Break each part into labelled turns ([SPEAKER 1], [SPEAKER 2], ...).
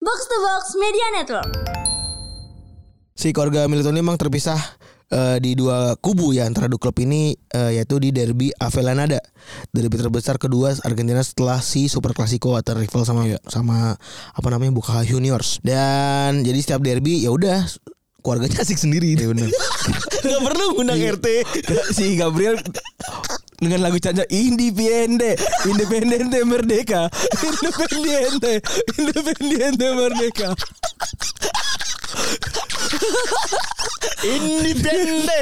[SPEAKER 1] Box to Box Media Network.
[SPEAKER 2] si keluarga Milton ini memang terpisah eh, di dua kubu ya antara dua klub ini eh, yaitu di derby Avellaneda derby terbesar kedua Argentina setelah si Super Clasico atau rival sama
[SPEAKER 3] Iya.
[SPEAKER 2] sama apa namanya Boca Juniors dan jadi setiap derby ya udah keluarganya asik sendiri ya
[SPEAKER 3] Iya,
[SPEAKER 2] benar nggak perlu ngundang RT
[SPEAKER 3] si Gabriel dengan lagu caca Independe Independente Merdeka Independente Independente Merdeka
[SPEAKER 2] independe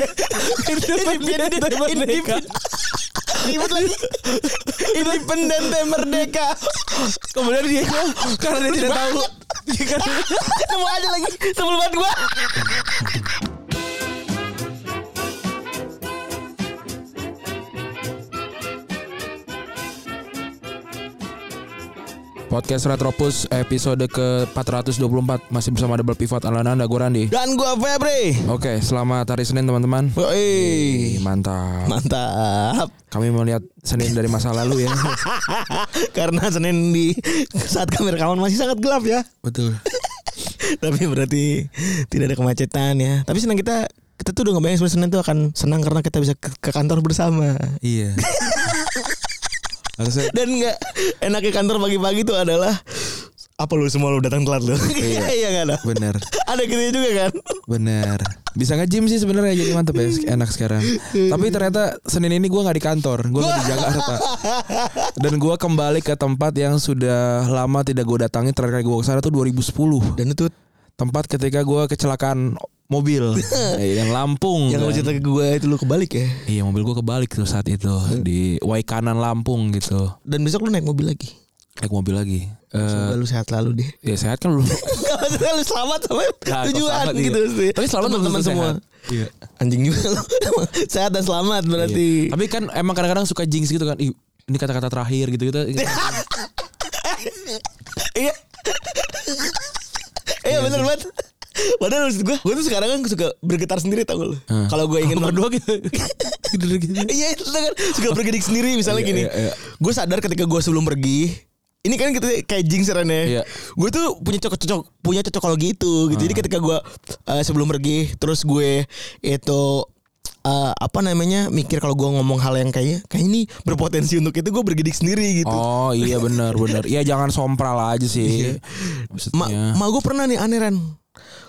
[SPEAKER 3] Independente Merdeka
[SPEAKER 2] ribet lagi independente merdeka
[SPEAKER 3] kemudian dia karena dia tidak tahu dia
[SPEAKER 2] kan-
[SPEAKER 3] karena-
[SPEAKER 2] nemu aja lagi sebelum banget gua
[SPEAKER 3] Podcast Retropus episode ke-424 Masih bersama Double Pivot ala Nanda gue Randi
[SPEAKER 2] dan gua ya, Febri
[SPEAKER 3] Oke selamat hari Senin teman-teman
[SPEAKER 2] Woi.
[SPEAKER 3] Ih, Mantap
[SPEAKER 2] Mantap.
[SPEAKER 3] Kami melihat Senin dari masa lalu ya
[SPEAKER 2] Karena Senin di saat kami rekaman masih sangat gelap ya.
[SPEAKER 3] Betul
[SPEAKER 2] Tapi berarti tidak ada kemacetan ya. Tapi senang kita kita tuh udah ngebayangin sebenarnya Senin tuh akan senang karena kita bisa ke, ke kantor bersama.
[SPEAKER 3] Iya Harusnya
[SPEAKER 2] Dan nggak enaknya kantor pagi-pagi tuh adalah apa lu semua lu datang telat lu. Iya iya nggak ada.
[SPEAKER 3] Bener
[SPEAKER 2] Ada gitu juga kan.
[SPEAKER 3] Bener Bisa nge-gym sih sebenarnya jadi mantep ya Enak sekarang Tapi ternyata Senin ini gue gak di kantor Gue gak di Jakarta Dan gue kembali ke tempat yang sudah lama tidak gue datangi Terakhir kali gue kesana tuh 2010
[SPEAKER 2] Dan itu
[SPEAKER 3] Tempat ketika gue kecelakaan mobil Yang Lampung
[SPEAKER 2] Iya. yang lu
[SPEAKER 3] kan.
[SPEAKER 2] cerita ke gue itu lu kebalik ya.
[SPEAKER 3] Iya mobil gue kebalik tuh saat itu
[SPEAKER 2] Hmm.
[SPEAKER 3] Di Waikanan Lampung gitu
[SPEAKER 2] Dan besok lu naik mobil lagi.
[SPEAKER 3] Naik mobil lagi Eh
[SPEAKER 2] Semoga lu sehat lalu deh.
[SPEAKER 3] Ya sehat kan lu
[SPEAKER 2] Gak maksudnya lu selamat sampai
[SPEAKER 3] Nah,
[SPEAKER 2] tujuan
[SPEAKER 3] selamat, iya.
[SPEAKER 2] gitu sih.
[SPEAKER 3] Tapi selamat belum
[SPEAKER 2] teman-teman
[SPEAKER 3] tentu
[SPEAKER 2] semua.
[SPEAKER 3] sehat. Iya.
[SPEAKER 2] Anjing juga lu. Emang sehat dan selamat berarti.
[SPEAKER 3] Tapi kan emang kadang-kadang suka jinx gitu kan. Ih, ini kata-kata terakhir gitu, gitu-gitu.
[SPEAKER 2] Iya. Iya benar banget. Padahal maksud gue, gue tuh sekarang kan suka bergetar sendiri tau gak lu.
[SPEAKER 3] Hmm.
[SPEAKER 2] Kalau gue ingin
[SPEAKER 3] berdua gitu.
[SPEAKER 2] Iya itu kan suka bergedik sendiri misalnya
[SPEAKER 3] Iya,
[SPEAKER 2] gini.
[SPEAKER 3] iya, iya.
[SPEAKER 2] Gue sadar ketika gue sebelum pergi. Ini kan kita kayak jinx
[SPEAKER 3] Iya. Ah.
[SPEAKER 2] serannya. Gue tuh punya cocok cocok punya cocokologi itu gitu. Jadi ketika gue eh, sebelum pergi terus gue itu eh, apa namanya mikir kalau gue ngomong hal yang kayaknya kayak ini berpotensi untuk itu gue bergedik sendiri gitu.
[SPEAKER 3] oh iya benar benar. Iya jangan sompral aja
[SPEAKER 2] Iya.
[SPEAKER 3] sih.
[SPEAKER 2] Ma,
[SPEAKER 3] Maksudnya.
[SPEAKER 2] ma gue pernah nih aneh Ren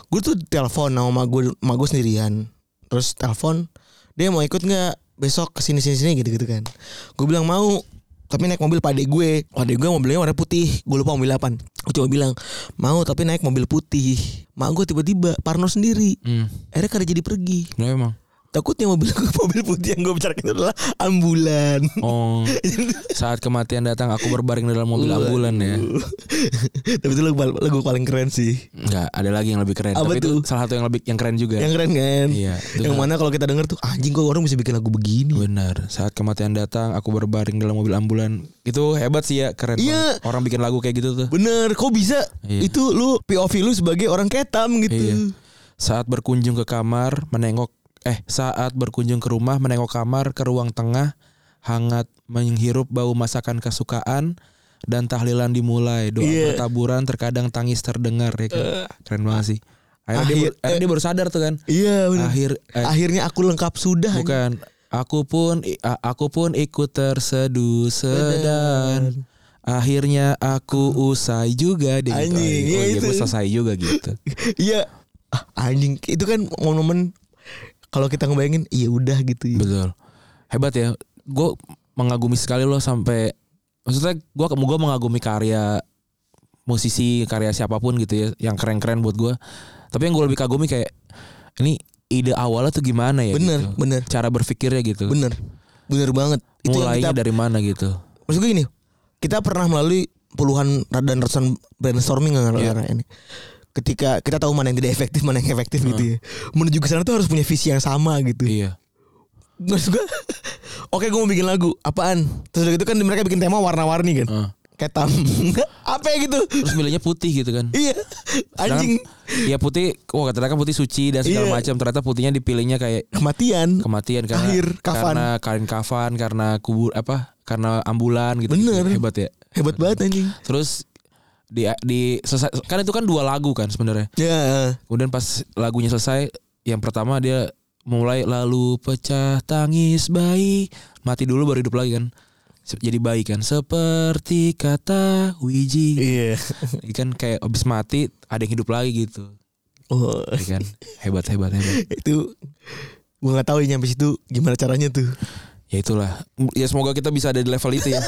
[SPEAKER 2] Gue tuh telepon sama ma gue ma gue sendirian Terus telepon Dia mau ikut gak besok kesini sini sini gitu gitu kan Gue bilang mau Tapi naik mobil pade gue Pade gue mobilnya warna putih Gue lupa mobil apa Gue coba bilang Mau tapi naik mobil putih Ma gue tiba-tiba Parno sendiri
[SPEAKER 3] hmm.
[SPEAKER 2] Akhirnya kada jadi pergi
[SPEAKER 3] Kenapa emang. Takutnya
[SPEAKER 2] Mobil mobil putih yang gue bicarakan itu adalah Ambulan
[SPEAKER 3] Oh. Saat kematian datang aku berbaring dalam mobil ambulan ya.
[SPEAKER 2] Tapi itu lagu, lagu paling keren sih
[SPEAKER 3] Enggak, ada lagi yang lebih keren.
[SPEAKER 2] Apa
[SPEAKER 3] Tapi itu
[SPEAKER 2] tuh?
[SPEAKER 3] salah satu yang lebih yang keren juga.
[SPEAKER 2] Yang keren kan
[SPEAKER 3] Iya, itu
[SPEAKER 2] Yang
[SPEAKER 3] kan.
[SPEAKER 2] mana kalau kita denger tuh Anjing kok orang bisa bikin lagu begini
[SPEAKER 3] Benar. Saat kematian datang aku berbaring dalam mobil ambulan. Itu hebat sih ya, keren
[SPEAKER 2] Iya.
[SPEAKER 3] banget. Orang bikin lagu kayak gitu tuh.
[SPEAKER 2] Bener, kok bisa?
[SPEAKER 3] Iya.
[SPEAKER 2] Itu lu POV lu sebagai orang ketam gitu.
[SPEAKER 3] Iya. Saat berkunjung ke kamar, menengok eh saat berkunjung ke rumah, menengok kamar ke ruang tengah, hangat menghirup bau masakan kesukaan dan tahlilan dimulai. Doa
[SPEAKER 2] Iya. Eh.
[SPEAKER 3] bertaburan, terkadang tangis terdengar ya kan. Keren banget sih. Akhirnya, dia,
[SPEAKER 2] Akhir-
[SPEAKER 3] ber- akhirnya dia baru sadar tuh kan.
[SPEAKER 2] Iya, bener.
[SPEAKER 3] Akhir eh,
[SPEAKER 2] Akhirnya aku lengkap sudah.
[SPEAKER 3] bukan aku pun i- a- aku pun ikut terseduh sedan. Akhirnya aku usai juga dia gitu.
[SPEAKER 2] Anjing,
[SPEAKER 3] Oh
[SPEAKER 2] iya
[SPEAKER 3] iya, gue
[SPEAKER 2] itu.
[SPEAKER 3] selesai juga gitu.
[SPEAKER 2] Iya. Ah, anjing, itu kan momen kalau kita ngebayangin iya udah gitu ya.
[SPEAKER 3] Betul. Hebat ya. Gue mengagumi sekali loh sampai maksudnya gue gua mengagumi karya musisi karya siapapun gitu ya yang keren-keren buat gue. Tapi yang gue lebih kagumi kayak ini ide awalnya tuh gimana ya?
[SPEAKER 2] Bener,
[SPEAKER 3] gitu.
[SPEAKER 2] bener.
[SPEAKER 3] Cara berpikirnya gitu.
[SPEAKER 2] Bener. Bener banget. Itu yang
[SPEAKER 3] Mulainya
[SPEAKER 2] kita
[SPEAKER 3] dari mana gitu?
[SPEAKER 2] Maksud gue gini, kita pernah melalui puluhan dan ratusan brainstorming nggak nggak-
[SPEAKER 3] Iya.
[SPEAKER 2] nggak ini. Ketika kita tahu mana yang tidak efektif, mana yang efektif gitu ya. Menuju ke sana tuh harus punya visi yang sama gitu.
[SPEAKER 3] Iya.
[SPEAKER 2] Maksud gue Oke gue mau bikin lagu Apaan Terus udah gitu kan mereka bikin tema warna-warni kan
[SPEAKER 3] Heeh.
[SPEAKER 2] Ketam Apa ya gitu
[SPEAKER 3] Terus milihnya putih gitu kan.
[SPEAKER 2] Iya Anjing
[SPEAKER 3] Sedangkan- Ya putih, wah katakan putih suci dan
[SPEAKER 2] Iya.
[SPEAKER 3] segala macam. Ternyata putihnya dipilihnya kayak
[SPEAKER 2] Kematian
[SPEAKER 3] kematian karena
[SPEAKER 2] Akhir, kafan.
[SPEAKER 3] karena kain kafan karena kubur apa karena ambulan gitu
[SPEAKER 2] Bener.
[SPEAKER 3] hebat ya
[SPEAKER 2] Hebat banget anjing
[SPEAKER 3] terus di di selesai kan itu kan dua lagu kan sebenarnya
[SPEAKER 2] Ya, eh.
[SPEAKER 3] Kemudian pas lagunya selesai, yang pertama dia mulai lalu pecah tangis bayi, mati dulu baru hidup lagi kan. Se- Jadi bayi kan seperti kata wiji.
[SPEAKER 2] Iya.
[SPEAKER 3] Jadi kan kayak abis mati ada yang hidup lagi gitu.
[SPEAKER 2] Oh,
[SPEAKER 3] Jadi kan hebat hebat hebat.
[SPEAKER 2] itu gua nggak tahu ya nyampe situ gimana caranya tuh.
[SPEAKER 3] Ya itulah. Ya semoga kita bisa ada di level itu ya.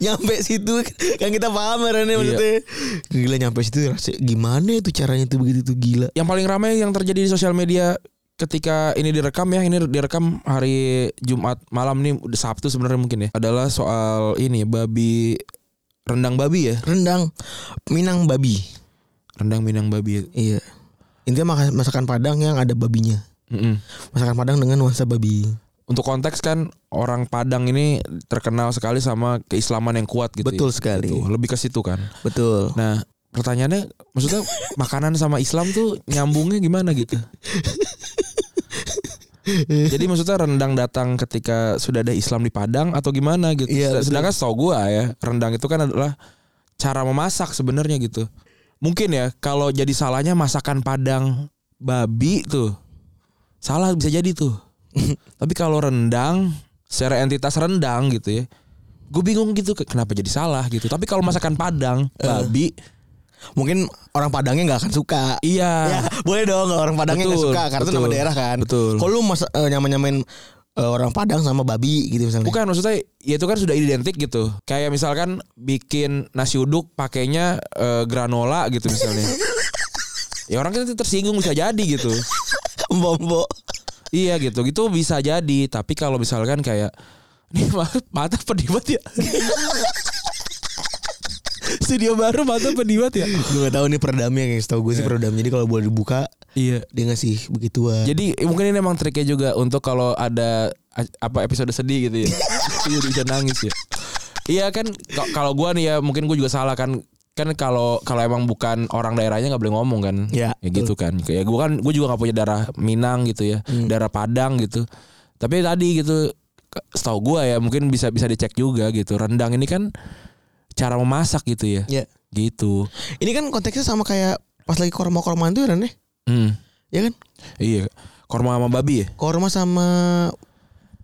[SPEAKER 2] nyampe situ kan kita paham ya Rene maksudnya. Gila nyampe situ rasanya gimana itu caranya tuh begitu tuh gila.
[SPEAKER 3] yang paling ramai yang terjadi di sosial media ketika ini direkam ya ini direkam hari Jumat malam nih udah Sabtu sebenarnya mungkin ya adalah soal ini babi rendang babi ya
[SPEAKER 2] Rendang Minang babi.
[SPEAKER 3] rendang minang babi
[SPEAKER 2] Iya. Intinya makan masakan Padang yang ada babinya.
[SPEAKER 3] Mm-mm.
[SPEAKER 2] Masakan Padang dengan nuansa babi.
[SPEAKER 3] untuk konteks kan orang Padang ini terkenal sekali sama keislaman yang kuat gitu
[SPEAKER 2] Betul
[SPEAKER 3] ya.
[SPEAKER 2] sekali.
[SPEAKER 3] Gitu, lebih ke situ kan
[SPEAKER 2] Betul.
[SPEAKER 3] nah pertanyaannya maksudnya makanan sama Islam tuh nyambungnya gimana gitu jadi maksudnya rendang datang ketika sudah ada Islam di Padang atau gimana gitu.
[SPEAKER 2] Iya,
[SPEAKER 3] Sed- Sedangkan setahu gua ya, rendang itu kan adalah cara memasak sebenarnya gitu. Mungkin ya kalau jadi salahnya masakan Padang babi tuh. Salah bisa jadi tuh. Tapi kalau rendang secara entitas rendang gitu ya. Gue bingung gitu ke- kenapa jadi salah gitu. Tapi kalau masakan Padang
[SPEAKER 2] Eh.
[SPEAKER 3] babi
[SPEAKER 2] Mungkin orang Padangnya nggak akan suka. Ya,
[SPEAKER 3] iya.
[SPEAKER 2] boleh dong kalau orang Padangnya nggak
[SPEAKER 3] Betul,
[SPEAKER 2] suka karena itu nama
[SPEAKER 3] betul,
[SPEAKER 2] daerah kan.
[SPEAKER 3] betul.
[SPEAKER 2] Kalau lu masa eh, nyaman-nyamain eh, orang Padang sama babi gitu misalnya.
[SPEAKER 3] Bukan maksudnya ya itu kan sudah identik gitu. Kayak misalkan bikin nasi uduk pakainya eh, granola gitu misalnya. ya orang kan tersinggung bisa jadi gitu.
[SPEAKER 2] Bombo.
[SPEAKER 3] Iya gitu. Gitu bisa jadi, tapi kalau misalkan kayak nih ma- mata pedih banget ya. Studio baru mata pedih banget ya.
[SPEAKER 2] gue gak tahu nih peredamnya kayak setahu gue sih peredam. Jadi kalau boleh dibuka
[SPEAKER 3] Iya.
[SPEAKER 2] dia ngasih begituan.
[SPEAKER 3] Jadi eh, mungkin ini emang triknya juga untuk kalau ada a- apa episode sedih gitu ya. Jadi bisa nangis ya. Iya kan ka- kalau gua nih ya mungkin gua juga salah kan kan kalau kalau emang bukan orang daerahnya nggak boleh ngomong kan
[SPEAKER 2] Ya,
[SPEAKER 3] ya gitu kan kayak gua kan gua juga nggak punya darah Minang gitu ya
[SPEAKER 2] Hmm.
[SPEAKER 3] darah Padang gitu tapi tadi gitu ke- setahu gua ya mungkin bisa bisa dicek juga gitu rendang ini kan cara memasak gitu ya
[SPEAKER 2] Ya.
[SPEAKER 3] gitu
[SPEAKER 2] Ini kan konteksnya sama kayak pas lagi korma-kormaan tuh Ren ya.
[SPEAKER 3] Hmm.
[SPEAKER 2] Ya kan?
[SPEAKER 3] iya korma sama babi ya
[SPEAKER 2] Korma sama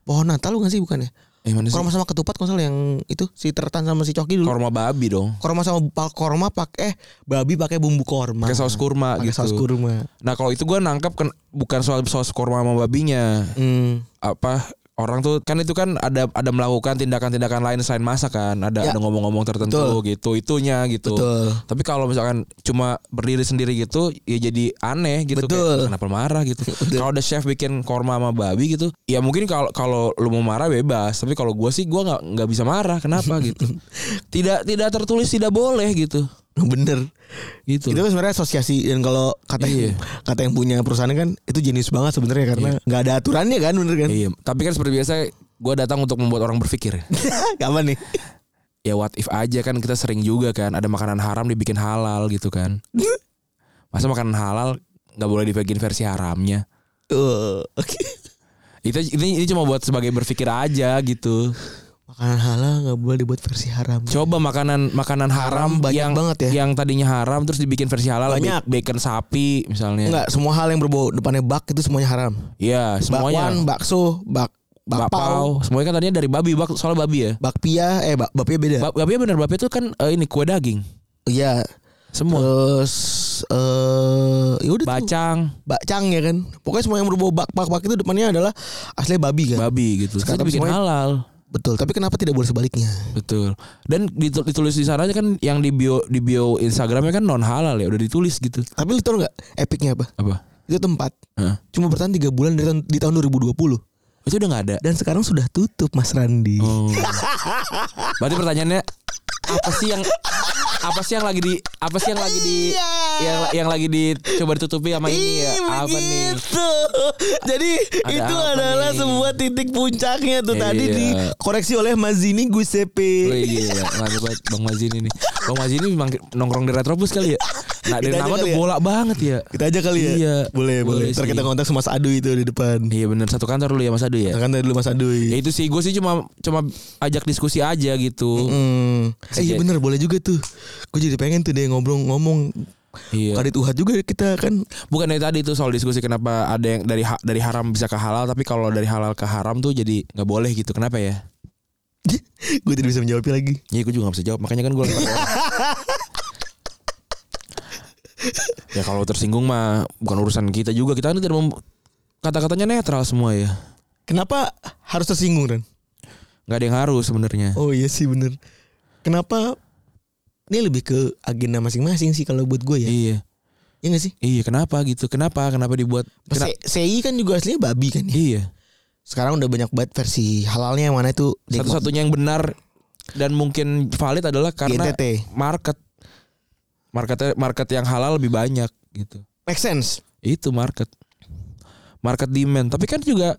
[SPEAKER 2] pohon Natal bukan sih bukan ya?
[SPEAKER 3] eh mana sih
[SPEAKER 2] Korma sama ketupat kalau nggak salah yang itu si Tertan sama si Coki dulu.
[SPEAKER 3] korma babi dong
[SPEAKER 2] Korma sama pa- korma pakai eh babi pakai bumbu korma.
[SPEAKER 3] pakai saus kurma
[SPEAKER 2] Pakai
[SPEAKER 3] gitu.
[SPEAKER 2] saus kurma.
[SPEAKER 3] Nah kalau itu gua nangkap ken- bukan soal saus kurma sama babinya
[SPEAKER 2] Hmm.
[SPEAKER 3] apa orang tuh kan itu kan ada ada melakukan tindakan-tindakan lain selain masak kan ada
[SPEAKER 2] Ya.
[SPEAKER 3] ada ngomong-ngomong tertentu gitu itunya gitu.
[SPEAKER 2] Betul.
[SPEAKER 3] Tapi kalau misalkan cuma berdiri sendiri gitu ya jadi aneh gitu
[SPEAKER 2] Betul.
[SPEAKER 3] Kayak, kenapa lu marah gitu. kalau ada chef bikin korma sama babi gitu ya mungkin kalau kalau lu mau marah bebas tapi kalau gua sih gua nggak nggak bisa marah kenapa gitu. tidak tidak tertulis tidak boleh gitu.
[SPEAKER 2] Nah, Bener.
[SPEAKER 3] Gitu.
[SPEAKER 2] Itu kan sebenarnya asosiasi dan kalau kata
[SPEAKER 3] Iya.
[SPEAKER 2] kata yang punya perusahaan kan itu jenius banget sebenarnya karena nggak ada aturannya kan bener kan?
[SPEAKER 3] Iya, tapi kan seperti biasa gue datang untuk membuat orang berpikir.
[SPEAKER 2] Kapan nih?
[SPEAKER 3] Ya what if aja kan kita sering juga kan ada makanan haram dibikin halal gitu kan. Masa makanan halal nggak boleh dibikin versi haramnya.
[SPEAKER 2] Eh, Oke.
[SPEAKER 3] Itu ini, ini cuma buat sebagai berpikir aja gitu.
[SPEAKER 2] Makanan halal nggak boleh dibuat versi haram.
[SPEAKER 3] Coba makanan makanan haram,
[SPEAKER 2] Haram banyak
[SPEAKER 3] yang
[SPEAKER 2] banget ya.
[SPEAKER 3] yang tadinya haram terus dibikin versi halal
[SPEAKER 2] Banyak.
[SPEAKER 3] ba- bacon sapi misalnya.
[SPEAKER 2] Enggak, semua hal yang berbau depannya bak itu semuanya haram.
[SPEAKER 3] Iya,
[SPEAKER 2] Bakwan,
[SPEAKER 3] semuanya.
[SPEAKER 2] bakso, bak bakpao,
[SPEAKER 3] Bakpao. Semuanya kan tadinya dari babi, bak, soal babi ya.
[SPEAKER 2] bakpia, eh bak, bakpia beda.
[SPEAKER 3] Ba- Babi bener babi itu kan eh, ini kue daging.
[SPEAKER 2] Iya.
[SPEAKER 3] Semua
[SPEAKER 2] Terus eh ya udah tuh.
[SPEAKER 3] bacang,
[SPEAKER 2] Bakcang ya kan. Pokoknya semua yang berbau bak bak bak itu depannya adalah asli babi kan.
[SPEAKER 3] babi gitu. Terus
[SPEAKER 2] Sekarang
[SPEAKER 3] dibikin
[SPEAKER 2] semuanya-
[SPEAKER 3] halal.
[SPEAKER 2] Betul, tapi kenapa tidak boleh sebaliknya?
[SPEAKER 3] Betul. Dan ditu- ditulis di sana kan yang di bio di bio Instagramnya kan non halal ya, udah ditulis gitu.
[SPEAKER 2] Tapi lu tau nggak epicnya apa?
[SPEAKER 3] Apa?
[SPEAKER 2] Itu tempat
[SPEAKER 3] Heeh.
[SPEAKER 2] cuma bertahan 3 bulan di tahun, di tahun 2020
[SPEAKER 3] Itu udah nggak ada.
[SPEAKER 2] dan sekarang sudah tutup Mas Randi.
[SPEAKER 3] Oh. Berarti pertanyaannya apa sih yang apa sih yang lagi di apa sih yang lagi di yang yang lagi dicoba ditutupi sama ini ya?
[SPEAKER 2] Ih,
[SPEAKER 3] Apa nih?
[SPEAKER 2] begitu. Jadi
[SPEAKER 3] Ada
[SPEAKER 2] itu
[SPEAKER 3] apa
[SPEAKER 2] adalah
[SPEAKER 3] nih?
[SPEAKER 2] sebuah titik puncaknya tuh
[SPEAKER 3] Iya.
[SPEAKER 2] tadi dikoreksi oleh Mazini Giuseppe.
[SPEAKER 3] Wih gila, ngeri banget Bang Mazini nih. Bang Mazini memang nongkrong di Retrobus kali ya? Nah, dari
[SPEAKER 2] Kita aja
[SPEAKER 3] nama tuh
[SPEAKER 2] kali ya.
[SPEAKER 3] bola banget ya.
[SPEAKER 2] Kita aja kali ya.
[SPEAKER 3] Iya.
[SPEAKER 2] Boleh, boleh.
[SPEAKER 3] Boleh
[SPEAKER 2] Ntar
[SPEAKER 3] sih.
[SPEAKER 2] kita kontak sama Mas Adu itu di depan.
[SPEAKER 3] Iya bener satu kantor lu ya Mas Adu ya.
[SPEAKER 2] Kan dari dulu Mas
[SPEAKER 3] Ya
[SPEAKER 2] Adui.
[SPEAKER 3] itu sih gue sih cuma cuma ajak diskusi aja gitu.
[SPEAKER 2] Hmm. Eh, iya
[SPEAKER 3] Kayak-
[SPEAKER 2] bener boleh juga tuh. Gue jadi pengen tuh deh ngobrol-ngomong.
[SPEAKER 3] Iya.
[SPEAKER 2] Kadit Uhat juga kita kan.
[SPEAKER 3] Bukan dari tadi itu soal diskusi kenapa ada yang dari ha- dari haram bisa ke halal tapi kalau dari halal ke haram tuh jadi nggak boleh gitu. Kenapa ya?
[SPEAKER 2] gue tidak bisa menjawabnya lagi.
[SPEAKER 3] Ya gue juga gak bisa jawab Makanya kan gue Ya kalau tersinggung mah Bukan urusan kita juga Kita kan tidak mem- Kata-katanya netral semua ya
[SPEAKER 2] Kenapa harus tersinggung Ren?
[SPEAKER 3] Gak ada yang harus sebenarnya
[SPEAKER 2] Oh iya sih bener. Kenapa? Ini lebih ke agenda masing-masing sih kalau buat gue ya.
[SPEAKER 3] Iya
[SPEAKER 2] Iya gak sih?
[SPEAKER 3] Iya kenapa gitu Kenapa Kenapa dibuat Kena-
[SPEAKER 2] Se- Sei kan juga aslinya babi kan ya.
[SPEAKER 3] Iya
[SPEAKER 2] Sekarang udah banyak banget versi halalnya yang mana itu di-
[SPEAKER 3] Satu-satunya yang benar Dan mungkin valid adalah
[SPEAKER 2] di
[SPEAKER 3] karena
[SPEAKER 2] NTT.
[SPEAKER 3] Market Market market yang halal lebih banyak gitu
[SPEAKER 2] Make sense.
[SPEAKER 3] itu market market demand tapi kan juga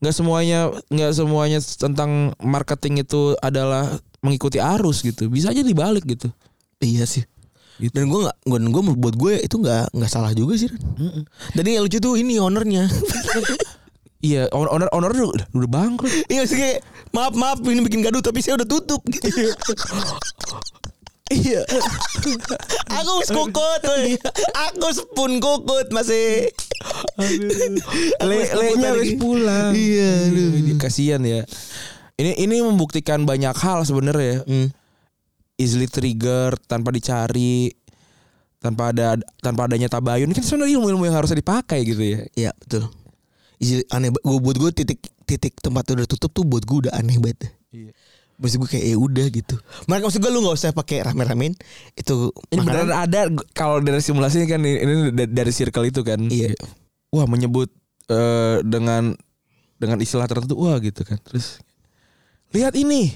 [SPEAKER 3] nggak semuanya nggak semuanya tentang marketing itu adalah mengikuti arus gitu bisa aja dibalik gitu
[SPEAKER 2] Iya sih.
[SPEAKER 3] Gitu.
[SPEAKER 2] Dan gue nggak, gue gue buat gue itu nggak nggak salah juga sih. Ren. Dan yang lucu tuh ini ownernya.
[SPEAKER 3] iya owner owner owner udah, udah bangkrut
[SPEAKER 2] Iya sih kayak maaf maaf ini bikin gaduh tapi saya udah tutup gitu. iya. Aku wis kokot. woy. Aku sepun kokot masih. Aku
[SPEAKER 3] le
[SPEAKER 2] wis kokot
[SPEAKER 3] Eh, lenya
[SPEAKER 2] tadi.
[SPEAKER 3] wis pulang
[SPEAKER 2] Iya, aduh.
[SPEAKER 3] Ini kasihan ya ini ini membuktikan banyak hal sebenarnya ya.
[SPEAKER 2] Hmm.
[SPEAKER 3] easily trigger tanpa dicari tanpa ada tanpa adanya tabayun ini kan sebenarnya ilmu-ilmu yang harusnya dipakai gitu ya
[SPEAKER 2] Iya betul. Isi- aneh ba- gua buat gue titik titik tempat udah tutup tuh buat gue udah aneh banget.
[SPEAKER 3] Iya.
[SPEAKER 2] Maksud gue kayak ya udah gitu. Mereka maksud gue lu nggak usah pakai rame-ramein itu
[SPEAKER 3] Ini beneran
[SPEAKER 2] makanan.
[SPEAKER 3] ada g- kalau dari simulasi kan ini ini da- dari circle itu kan.
[SPEAKER 2] Iya.
[SPEAKER 3] Wah menyebut eh, dengan dengan istilah tertentu wah gitu kan. Terus lihat ini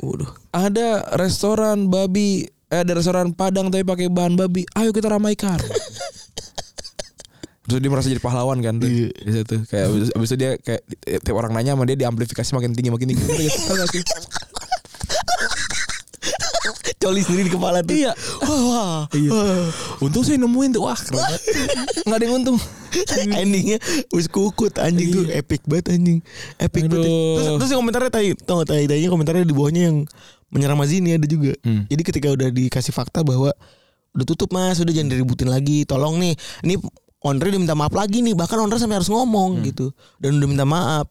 [SPEAKER 2] Waduh.
[SPEAKER 3] ada restoran babi eh, ada restoran padang tapi pakai bahan babi. Ayo kita ramaikan. Terus dia merasa jadi pahlawan kan tuh.
[SPEAKER 2] Iya.
[SPEAKER 3] Di situ. Kayak abis, abis itu dia kayak tiap orang nanya sama dia diamplifikasi makin tinggi makin tinggi. Tau gak sih?
[SPEAKER 2] Coli sendiri di kepala tuh.
[SPEAKER 3] Iya.
[SPEAKER 2] Wah, wah.
[SPEAKER 3] Iya. Untung saya nemuin tuh wah keren. banget. Nggak ada yang untung.
[SPEAKER 2] Endingnya wis kukut anjing tuh epic banget anjing. Epic banget.
[SPEAKER 3] Iya. Aduh.
[SPEAKER 2] Terus terus yang komentarnya tai, tau gak tai tainya komentarnya di bawahnya yang menyerang Mazini ada juga.
[SPEAKER 3] Hmm.
[SPEAKER 2] Jadi ketika udah dikasih fakta bahwa udah tutup Mas, udah jangan diributin lagi. Tolong nih, ini Ondre diminta maaf lagi nih, bahkan Ondre sampai harus ngomong
[SPEAKER 3] Hmm.
[SPEAKER 2] gitu. Dan udah minta maaf.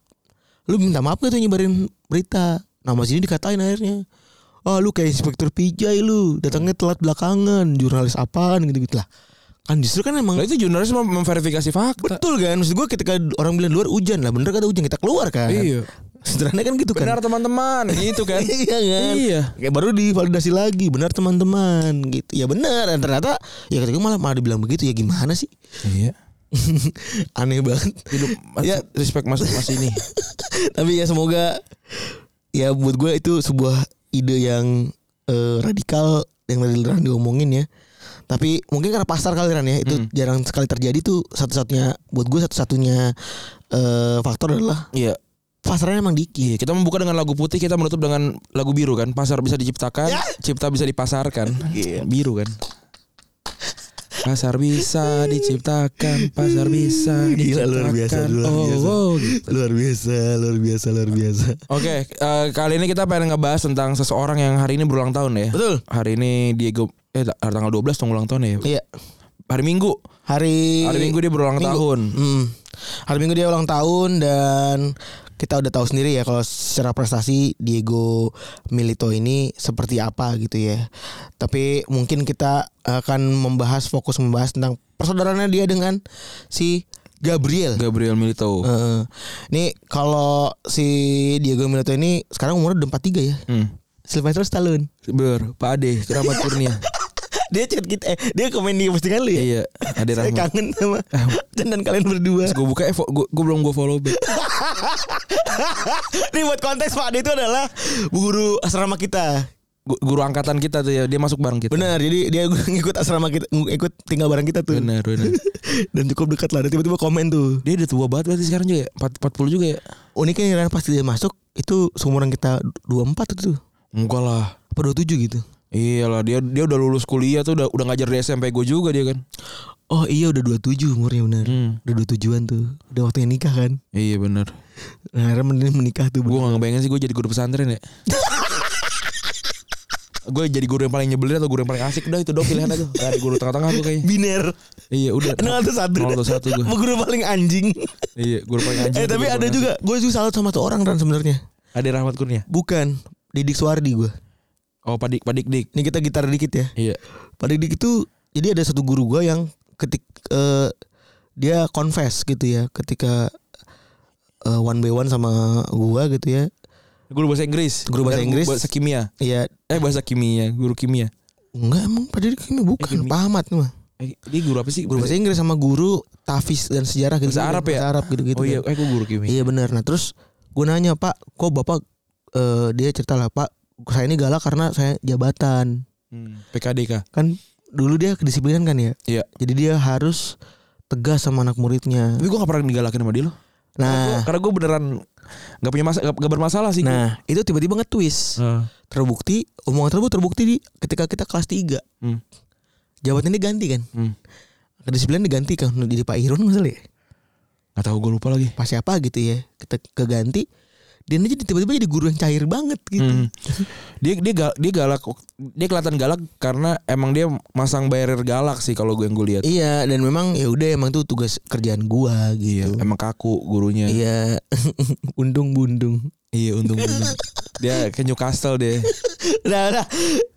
[SPEAKER 2] Lu minta maaf gak tuh nyebarin berita? Nah, Mazini dikatain akhirnya. Oh lu kayak inspektur pijai lu Datangnya telat belakangan Jurnalis apaan gitu-gitu lah Kan justru kan emang
[SPEAKER 3] Lah itu jurnalis mem- memverifikasi fakta.
[SPEAKER 2] Betul kan? Maksud gue ketika orang bilang luar hujan lah, bener kata hujan kita keluar kan?
[SPEAKER 3] Iya.
[SPEAKER 2] Sederhana kan gitu
[SPEAKER 3] Benar
[SPEAKER 2] kan?
[SPEAKER 3] teman-teman gitu kan.
[SPEAKER 2] iya kan?
[SPEAKER 3] Iya.
[SPEAKER 2] Kayak baru divalidasi lagi, benar teman-teman gitu. Ya benar, dan ternyata ya ketika malah malah dibilang begitu ya gimana sih?
[SPEAKER 3] Iya.
[SPEAKER 2] Aneh banget.
[SPEAKER 3] Hidup mas,
[SPEAKER 2] Ya.
[SPEAKER 3] respect mas mas ini.
[SPEAKER 2] Tapi ya semoga ya buat gue itu sebuah ide yang eh, radikal yang tadi Ran diomongin ya. Tapi mungkin karena pasar kali Ran ya
[SPEAKER 3] Hmm.
[SPEAKER 2] itu jarang sekali terjadi tuh satu-satunya buat gue satu-satunya eh, faktor adalah
[SPEAKER 3] Iya.
[SPEAKER 2] pasarnya emang dikit.
[SPEAKER 3] Iya, kita membuka dengan lagu putih, kita menutup dengan lagu biru kan. Pasar bisa diciptakan,
[SPEAKER 2] Ya. Iya.
[SPEAKER 3] cipta bisa dipasarkan. Biru kan. Pasar bisa diciptakan, pasar bisa
[SPEAKER 2] Gila, luar biasa,
[SPEAKER 3] diciptakan.
[SPEAKER 2] luar
[SPEAKER 3] oh,
[SPEAKER 2] biasa.
[SPEAKER 3] oh, gitu.
[SPEAKER 2] luar biasa luar biasa luar biasa
[SPEAKER 3] Oke, eh, kali ini kita pengen ngebahas tentang seseorang yang hari ini berulang tahun ya.
[SPEAKER 2] betul
[SPEAKER 3] Hari ini Diego eh ta- tanggal 12 dong ulang tahun ya.
[SPEAKER 2] iya
[SPEAKER 3] Hari Minggu.
[SPEAKER 2] hari
[SPEAKER 3] Hari Minggu dia berulang
[SPEAKER 2] Iya. Minggu.
[SPEAKER 3] tahun.
[SPEAKER 2] Hmm. hari minggu dia ulang tahun dan kita udah tahu sendiri ya kalau secara prestasi Diego Milito ini seperti apa gitu ya tapi mungkin kita akan membahas fokus membahas tentang persaudaraannya dia dengan si Gabriel
[SPEAKER 3] Gabriel Milito.
[SPEAKER 2] Eh, ini kalau si Diego Milito ini sekarang umurnya udah 43 ya
[SPEAKER 3] Hmm.
[SPEAKER 2] Sylvester Stallone
[SPEAKER 3] Ber, Pak Ade, Rahmat
[SPEAKER 2] Iya.
[SPEAKER 3] Kurnia.
[SPEAKER 2] dia chat kita eh dia komen di postingan lu ya
[SPEAKER 3] iya, Ade
[SPEAKER 2] Saya
[SPEAKER 3] Rahmat.
[SPEAKER 2] kangen sama Chan dan kalian berdua.
[SPEAKER 3] Gue buka eh, gue belum gue follow back.
[SPEAKER 2] Ini buat konteks Pak Ade itu adalah guru asrama kita.
[SPEAKER 3] Gu- Guru angkatan kita tuh ya, dia masuk bareng kita.
[SPEAKER 2] Benar, jadi dia ngikut asrama kita, ngikut tinggal bareng kita tuh.
[SPEAKER 3] Benar, benar.
[SPEAKER 2] Dan cukup dekat lah. Dan tiba-tiba komen tuh. "Oh,
[SPEAKER 3] Dia udah tua banget berarti sekarang juga ya? Empat- 40 juga ya?
[SPEAKER 2] Uniknya Ran pasti dia masuk itu seumuran kita 24 itu tuh.
[SPEAKER 3] Enggak lah.
[SPEAKER 2] Apa 27 gitu.
[SPEAKER 3] Iyalah dia dia udah lulus kuliah tuh udah udah ngajar di SMP gue juga dia kan.
[SPEAKER 2] Oh iya udah 27 umurnya bener
[SPEAKER 3] Hmm.
[SPEAKER 2] Udah 27an tuh Udah waktunya nikah kan
[SPEAKER 3] Iya benar.
[SPEAKER 2] Nah akhirnya mending menikah tuh
[SPEAKER 3] Gue
[SPEAKER 2] bener.
[SPEAKER 3] gak ngebayangin sih gue jadi guru pesantren ya. gue jadi guru yang paling nyebelin atau guru yang paling asik udah itu dong pilihan aja. Gak ada guru tengah-tengah tuh kayaknya.
[SPEAKER 2] Biner
[SPEAKER 3] Iya udah.
[SPEAKER 2] 0 atau 1
[SPEAKER 3] 0 gue.
[SPEAKER 2] Guru paling anjing
[SPEAKER 3] Iya guru paling anjing.
[SPEAKER 2] Eh
[SPEAKER 3] atau
[SPEAKER 2] tapi
[SPEAKER 3] guru
[SPEAKER 2] ada
[SPEAKER 3] paling
[SPEAKER 2] juga Gue juga salut sama tuh orang Ran sebenarnya
[SPEAKER 3] asik. Ada Rahmat Kurnia.
[SPEAKER 2] Bukan Didik Suwardi gue
[SPEAKER 3] Oh padik padik dik.
[SPEAKER 2] Ini kita gitar dikit ya
[SPEAKER 3] Iya.
[SPEAKER 2] Pada Dik itu jadi ada satu guru gua yang ketik eh, dia confess gitu ya ketika eh, one by one sama gua gitu ya.
[SPEAKER 3] Guru bahasa Inggris.
[SPEAKER 2] Guru bahasa
[SPEAKER 3] Dan
[SPEAKER 2] Inggris.
[SPEAKER 3] Bahasa kimia.
[SPEAKER 2] Ya
[SPEAKER 3] Eh bahasa kimia. Guru kimia.
[SPEAKER 2] enggak emang pada Dik ini bukan
[SPEAKER 3] Kimi.
[SPEAKER 2] Pak Ahmad nih mah.
[SPEAKER 3] Eh, dia guru apa sih?
[SPEAKER 2] Guru bahasa Inggris sama guru Tafis dan sejarah gitu.
[SPEAKER 3] Bahasa Arab ya?
[SPEAKER 2] Bahasa Arab gitu-gitu.
[SPEAKER 3] Oh iya,
[SPEAKER 2] kan.
[SPEAKER 3] eh gue guru kimia.
[SPEAKER 2] Iya benar. Nah terus gue nanya Pak, kok bapak eh, dia cerita lah Pak, saya ini galak karena saya jabatan
[SPEAKER 3] Hmm. PKDK.
[SPEAKER 2] kan dulu dia kedisiplinan kan ya.
[SPEAKER 3] Iya.
[SPEAKER 2] Jadi dia harus tegas sama anak muridnya.
[SPEAKER 3] Tapi gue gak pernah digalakin sama dia loh.
[SPEAKER 2] Nah,
[SPEAKER 3] Karena gue beneran gak punya masa gak, gak bermasalah Iya, sih.
[SPEAKER 2] Nah, itu tiba-tiba nge-twist.
[SPEAKER 3] Heeh.
[SPEAKER 2] Terbukti omongan tersebut terbukti di ketika kita kelas 3.
[SPEAKER 3] Hmm.
[SPEAKER 2] Jabatan diganti kan?
[SPEAKER 3] Hmm.
[SPEAKER 2] Kedisiplinan diganti kan jadi Pak Irun misalnya. ya?
[SPEAKER 3] Gak tahu gue lupa lagi.
[SPEAKER 2] Pak siapa gitu ya. Kita keganti dan dia jadi tiba-tiba jadi guru yang cair banget gitu.
[SPEAKER 3] Hmm. Dia dia gal, dia galak dia kelihatan galak karena emang dia masang barrier galak sih kalau gue yang gue lihat.
[SPEAKER 2] Iya, dan memang ya udah emang tuh tugas kerjaan gua gitu.
[SPEAKER 3] Emang kaku gurunya.
[SPEAKER 2] Iya, undung bundung.
[SPEAKER 3] Iya, untung bener. dia ke Newcastle deh.
[SPEAKER 2] Udah, udah.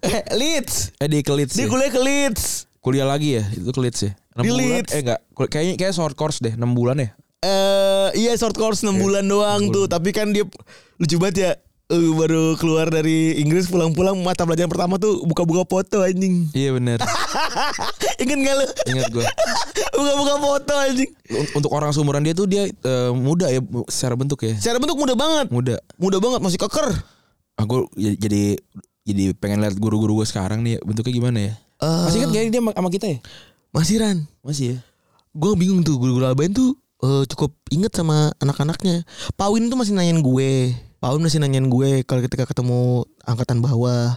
[SPEAKER 2] Eh, Leeds.
[SPEAKER 3] Eh di ke Leeds.
[SPEAKER 2] Dia
[SPEAKER 3] ya.
[SPEAKER 2] kuliah ke Leeds.
[SPEAKER 3] Kuliah lagi ya? Itu ke Leeds ya. 6
[SPEAKER 2] Di
[SPEAKER 3] bulan
[SPEAKER 2] Leeds.
[SPEAKER 3] eh enggak. Kul- Kayaknya kayak short course deh, 6 bulan ya.
[SPEAKER 2] Eh iya short course 6 bulan doang tuh, tapi kan dia lucu banget ya. Eh, baru keluar dari Inggris pulang-pulang mata pelajaran pertama tuh buka-buka foto anjing.
[SPEAKER 3] Iya bener
[SPEAKER 2] Ingat gak lu?
[SPEAKER 3] Ingat gue.
[SPEAKER 2] buka-buka foto anjing.
[SPEAKER 3] Un- Untuk orang seumuran dia tuh dia eh, muda ya bu- secara bentuk ya.
[SPEAKER 2] Secara bentuk muda banget.
[SPEAKER 3] Muda.
[SPEAKER 2] Muda banget masih keker.
[SPEAKER 3] Aku jadi jadi, jadi pengen lihat guru-guru gue sekarang nih bentuknya gimana ya.
[SPEAKER 2] Eh,
[SPEAKER 3] Masih kan kayaknya dia sama- sama kita ya?
[SPEAKER 2] masih Ran.
[SPEAKER 3] Masih ya.
[SPEAKER 2] Gue bingung tuh guru-guru Albain tuh eh, cukup inget sama anak-anaknya. Pawin tuh masih nanyain gue. Pawin masih nanyain gue kalau ketika ketemu angkatan bawah.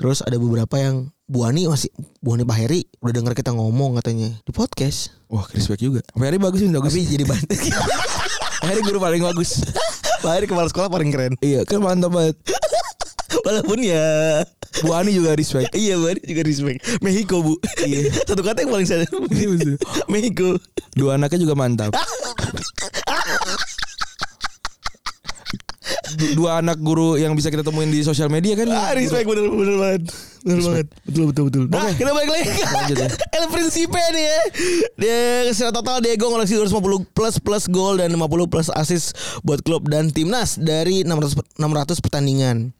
[SPEAKER 2] Terus ada beberapa yang Bu Ani masih Bu Ani Pak Heri udah denger kita ngomong katanya di podcast.
[SPEAKER 3] Wah, respect juga. Ferry bagus ini bagus.
[SPEAKER 2] Tapi jadi bahan
[SPEAKER 3] Ferry guru paling bagus.
[SPEAKER 2] Pak Heri kepala sekolah paling keren
[SPEAKER 3] iya, kan mantap banget.
[SPEAKER 2] Walaupun ya
[SPEAKER 3] Bu Ani juga respect.
[SPEAKER 2] Iya Bu Ani juga respect Mexico bu iya. Satu kata yang paling saya Mexico
[SPEAKER 3] Dua anaknya juga mantap. Du- Dua anak guru yang bisa kita temuin di sosial media kan.
[SPEAKER 2] ah, Respect bener, bener banget Bener banget Betul betul betul Nah kita balik lagi ke
[SPEAKER 3] Lanjut ya.
[SPEAKER 2] El Principe nih ya Dia secara total Diego ngoleksi 250 plus plus gol Dan 50 plus assist Buat klub dan timnas Dari 600, per- 600 pertandingan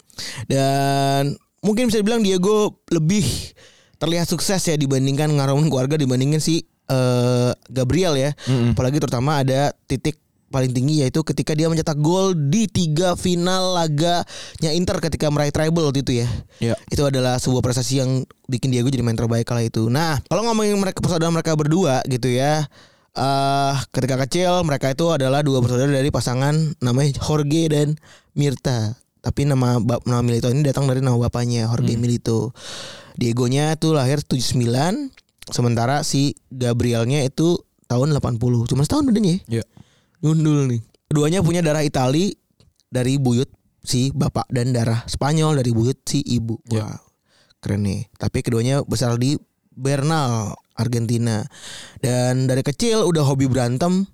[SPEAKER 2] Dan Mungkin bisa dibilang Diego Lebih Terlihat sukses ya Dibandingkan ngaromin keluarga Dibandingin si eh, Gabriel ya Apalagi terutama ada titik paling tinggi yaitu ketika dia mencetak gol di tiga final laganya Inter ketika meraih treble waktu itu ya.
[SPEAKER 3] Iya.
[SPEAKER 2] Itu adalah sebuah prestasi yang bikin Diego jadi main terbaik kala itu. Nah, kalau ngomongin mereka persaudaraan mereka berdua gitu ya. eh ketika kecil mereka itu adalah dua bersaudara dari pasangan namanya Jorge dan Mirta. Tapi nama bap- nama Milito ini datang dari nama bapaknya Jorge Milito. Diegonya tuh lahir 79 sementara si Gabrielnya itu tahun 80. Cuma setahun bedanya ya.
[SPEAKER 3] Iya.
[SPEAKER 2] Nyundul nih. Keduanya punya darah Itali dari buyut si bapak dan darah Spanyol dari buyut si ibu.
[SPEAKER 3] Ya.
[SPEAKER 2] Wah, keren nih. Tapi keduanya besar di Bernal, Argentina. Dan dari kecil udah hobi berantem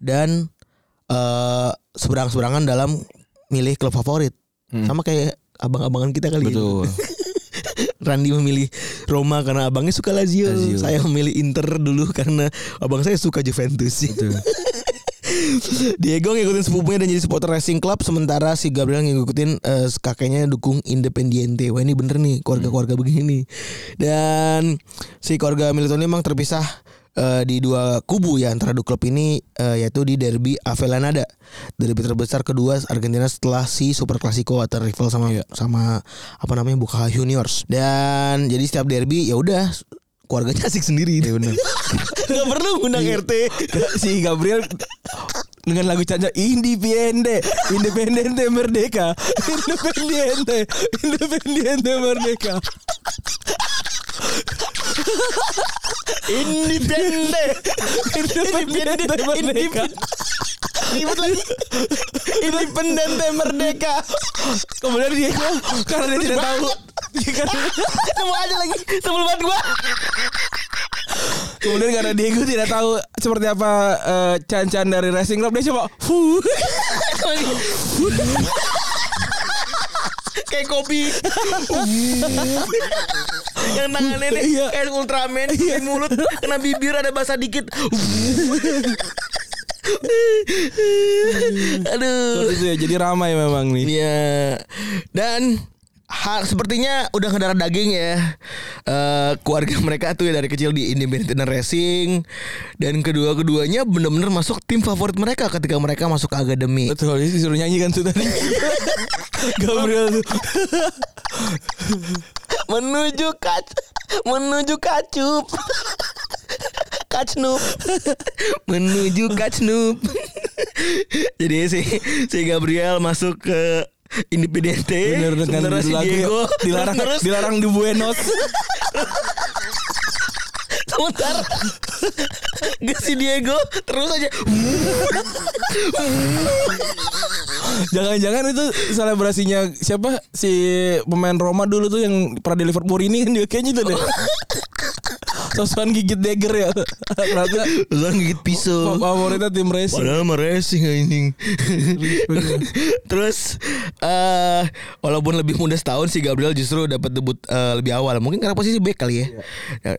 [SPEAKER 2] dan eh seberang-seberangan dalam milih klub favorit.
[SPEAKER 3] Hmm.
[SPEAKER 2] Sama kayak abang-abangan kita kali ya.
[SPEAKER 3] Betul.
[SPEAKER 2] Randy memilih Roma karena abangnya suka Lazio.
[SPEAKER 3] Lazio.
[SPEAKER 2] Saya memilih Inter dulu karena abang saya suka Juventus.
[SPEAKER 3] Betul.
[SPEAKER 2] Diego ngikutin sepupunya dan jadi supporter Racing Club sementara si Gabriel ngikutin eh, kakeknya dukung Independiente. Wah ini bener nih keluarga-keluarga begini nih. Dan si keluarga Milton ini emang terpisah eh, di dua kubu ya antara dua klub ini eh, yaitu di derby Avellaneda. Derby terbesar kedua Argentina setelah si Super Clasico atau rival sama
[SPEAKER 3] Iya.
[SPEAKER 2] sama apa namanya Boca Juniors. Dan jadi setiap derby ya udah keluarganya asik sendiri.
[SPEAKER 3] Ya, Iya benar.
[SPEAKER 2] Gak perlu ngundang RT.
[SPEAKER 3] si Gabriel dengan lagu caca Independiente, Independiente Merdeka, Independiente, Independiente Merdeka.
[SPEAKER 2] Independe.
[SPEAKER 3] Independiente Merdeka.
[SPEAKER 2] Ribut lagi. Independente merdeka.
[SPEAKER 3] Kemudian dia karena dia tidak tahu
[SPEAKER 2] Semua ada kan- lagi. Sebelum gua.
[SPEAKER 3] Kemudian karena Diego tidak tahu seperti apa eh, cancan dari Racing Club dia coba "Fuh."
[SPEAKER 2] Kayak kopi. Yang tangannya nih
[SPEAKER 3] Iya.
[SPEAKER 2] kayak Ultraman di mulut kena bibir ada basah dikit. Aduh.
[SPEAKER 3] Terus itu ya jadi ramai memang nih.
[SPEAKER 2] Iya. Dan hal sepertinya udah kendaraan daging ya. Eh, keluarga mereka tuh ya dari kecil di Independent Racing dan kedua-keduanya bener-bener masuk tim favorit mereka ketika mereka masuk ke akademi.
[SPEAKER 3] Betul, dia disuruh nyanyi kan tuh tadi. Gabriel tuh.
[SPEAKER 2] Menuju kac menuju kacup. Kacnup menuju Kacnup. Jadi si si Gabriel masuk ke Independiente
[SPEAKER 3] Bener dengan
[SPEAKER 2] Sementara Eh, si
[SPEAKER 3] lagu ya.
[SPEAKER 2] Diego
[SPEAKER 3] dilarang
[SPEAKER 2] terus-menerus
[SPEAKER 3] dilarang di Buenos.
[SPEAKER 2] Sebentar Gak si Diego Terus aja
[SPEAKER 3] Jangan-jangan itu selebrasinya siapa si pemain Roma dulu tuh yang pernah di Liverpool ini kan juga kayaknya itu deh. Sosokan gigit dagger ya. Ternyata
[SPEAKER 2] Lalu gigit gitu, pisau
[SPEAKER 3] favoritnya tim racing.
[SPEAKER 2] Padahal mah racing anjing Terus eh Walaupun lebih muda setahun Si Gabriel justru dapat debut eh, lebih awal Mungkin karena posisi back kali ya